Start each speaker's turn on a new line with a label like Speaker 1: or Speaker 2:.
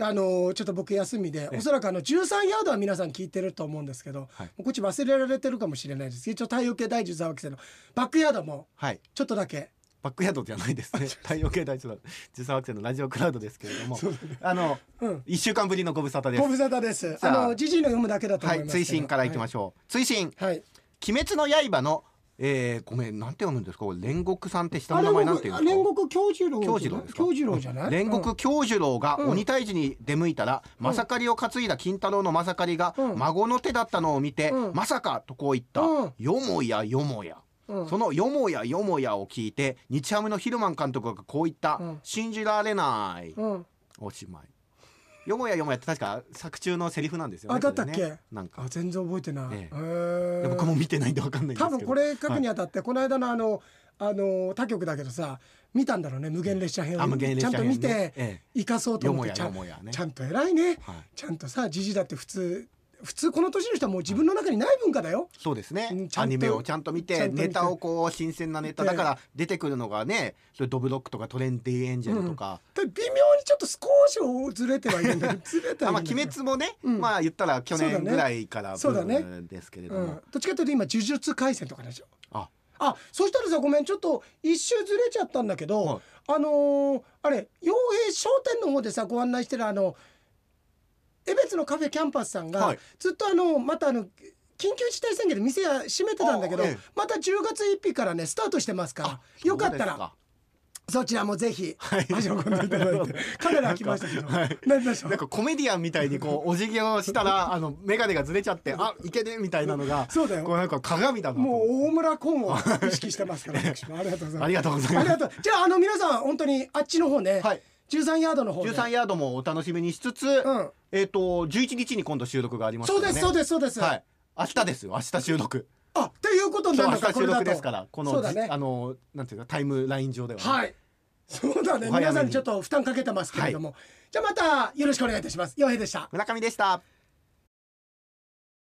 Speaker 1: あのちょっと僕休みでおそらくあの13ヤードは皆さん聞いてると思うんですけど、
Speaker 2: はい
Speaker 1: もうこっち忘れられてるかもしれないです一応太陽系第13惑星のバックヤードも
Speaker 2: はい
Speaker 1: ちょっとだけ
Speaker 2: バックヤードじゃないですね太陽系大地の13惑星のラジオクラウドですけれども、あの
Speaker 1: うん
Speaker 2: 一週間ぶりのご無沙汰で
Speaker 1: ご無
Speaker 2: す
Speaker 1: 沙汰です
Speaker 2: じ
Speaker 1: あ
Speaker 2: ゃあ
Speaker 1: のじじいの読むだけだと
Speaker 2: は
Speaker 1: 思い
Speaker 2: い
Speaker 1: ます
Speaker 2: 追伸からいきま
Speaker 1: ょ
Speaker 2: しょう追伸
Speaker 1: うはい、
Speaker 2: 鬼滅の刃のえー、ごめんなんて読むんですかこれ煉獄さんって下
Speaker 1: あ
Speaker 2: の
Speaker 1: れ
Speaker 2: 名前なんて言うんですか
Speaker 1: 煉獄京次郎
Speaker 2: 京次郎ですか
Speaker 1: 京次郎じゃない
Speaker 2: 煉獄京次郎が鬼退治に出向いたら、まさかりを担いだ金太郎のまさかりが
Speaker 1: うん
Speaker 2: 孫の手だったのを見て、
Speaker 1: うん
Speaker 2: まさかとこう言った、
Speaker 1: うん
Speaker 2: よもやよもや
Speaker 1: うん、うん
Speaker 2: その「よもやよもや」を聞いて日ハムのヒルマン監督がこう言った「
Speaker 1: うん
Speaker 2: 信じられない」
Speaker 1: うん
Speaker 2: おしまい「よもやよもや」って確か作中のセリフなんですよね
Speaker 1: あだったっけ
Speaker 2: これねなんか
Speaker 1: あ全然覚えてない、
Speaker 2: ええ
Speaker 1: へ
Speaker 2: い
Speaker 1: ー
Speaker 2: や僕も見てないんでわかんないんです
Speaker 1: 多
Speaker 2: けど
Speaker 1: 分これ書くにあたって、この間のあのあの他局だけどさ見たんだろうね無限列車編を
Speaker 2: あ無限列車編ね
Speaker 1: ちゃんと見て、
Speaker 2: え
Speaker 1: 生かそうと思って
Speaker 2: よもや
Speaker 1: ちゃん
Speaker 2: よもやね
Speaker 1: ちゃんと偉いね
Speaker 2: はい、
Speaker 1: ちゃんとさじじだって普通普通この年の人はもう自分の中にない文化だよ
Speaker 2: そうですね
Speaker 1: うんちゃんと
Speaker 2: アニメをちゃんと見
Speaker 1: ちゃ
Speaker 2: て
Speaker 1: んと見て
Speaker 2: ネタをこう新鮮なネタだから出てくるのがねそれドブロックとかトレンディエンジェルとか、
Speaker 1: だ微妙にちょっと少しずれてはいるんだけどずれては
Speaker 2: あ
Speaker 1: い
Speaker 2: まあ
Speaker 1: るんだけど
Speaker 2: 鬼滅もね、
Speaker 1: うん
Speaker 2: まあ言ったら去
Speaker 1: そうだ
Speaker 2: 年
Speaker 1: ね
Speaker 2: ぐらいから
Speaker 1: そうだね
Speaker 2: ブームですけれど
Speaker 1: う
Speaker 2: も、
Speaker 1: ん、どっちかというと今呪術廻戦とかでしょ
Speaker 2: あ
Speaker 1: あそしたらさごめんちょっと一周ずれちゃったんだけど、
Speaker 2: はい
Speaker 1: あのーあれ洋平商店の方でさご案内してるあの江別のカフェキャンパスさんが、
Speaker 2: はい
Speaker 1: ずっとあのまたあの緊急事態宣言で店は閉めてたんだけど、
Speaker 2: あええ
Speaker 1: また10月1日からねスタートしてますからよかったらそちらもぜひ、
Speaker 2: はい
Speaker 1: 足を運んでいただ いてカメラ開きましたけど、
Speaker 2: なんかはい
Speaker 1: 何でしょ
Speaker 2: なん
Speaker 1: う
Speaker 2: かコメディアンみたいにこうお辞儀をし たらあの眼鏡がずれちゃってあいけねえみたいなのが
Speaker 1: そうだよ
Speaker 2: こうなんか鏡だなと
Speaker 1: も
Speaker 2: 思って
Speaker 1: う大村コンを意識してますから私もありがとうございます
Speaker 2: ありがとうござい
Speaker 1: あ
Speaker 2: ま
Speaker 1: り
Speaker 2: す
Speaker 1: がとう。じゃあ、あの、皆さん、本当に、あっちの方ね。
Speaker 2: はい
Speaker 1: 13ヤードの方ね。
Speaker 2: 13ヤードもお楽しみにしつつ、
Speaker 1: ん
Speaker 2: えっ、と11日に今度収録があります
Speaker 1: そう
Speaker 2: か
Speaker 1: で
Speaker 2: らね
Speaker 1: す、そうです、そうです。
Speaker 2: はい明日ですよ明日収録
Speaker 1: あ、っていうことにな
Speaker 2: そう
Speaker 1: るの
Speaker 2: 明
Speaker 1: か、
Speaker 2: 日
Speaker 1: こ
Speaker 2: 収
Speaker 1: れだ
Speaker 2: 録
Speaker 1: と。
Speaker 2: ですからこの
Speaker 1: そうだ
Speaker 2: じあ
Speaker 1: ね。
Speaker 2: のなんていうかタイムライン上ではね、
Speaker 1: はい。そうだね。
Speaker 2: お早めに
Speaker 1: 皆さんにちょっと負担かけてますけれども。じゃあ、また、よろしくお願いいたします。洋平でした。
Speaker 2: 村上でした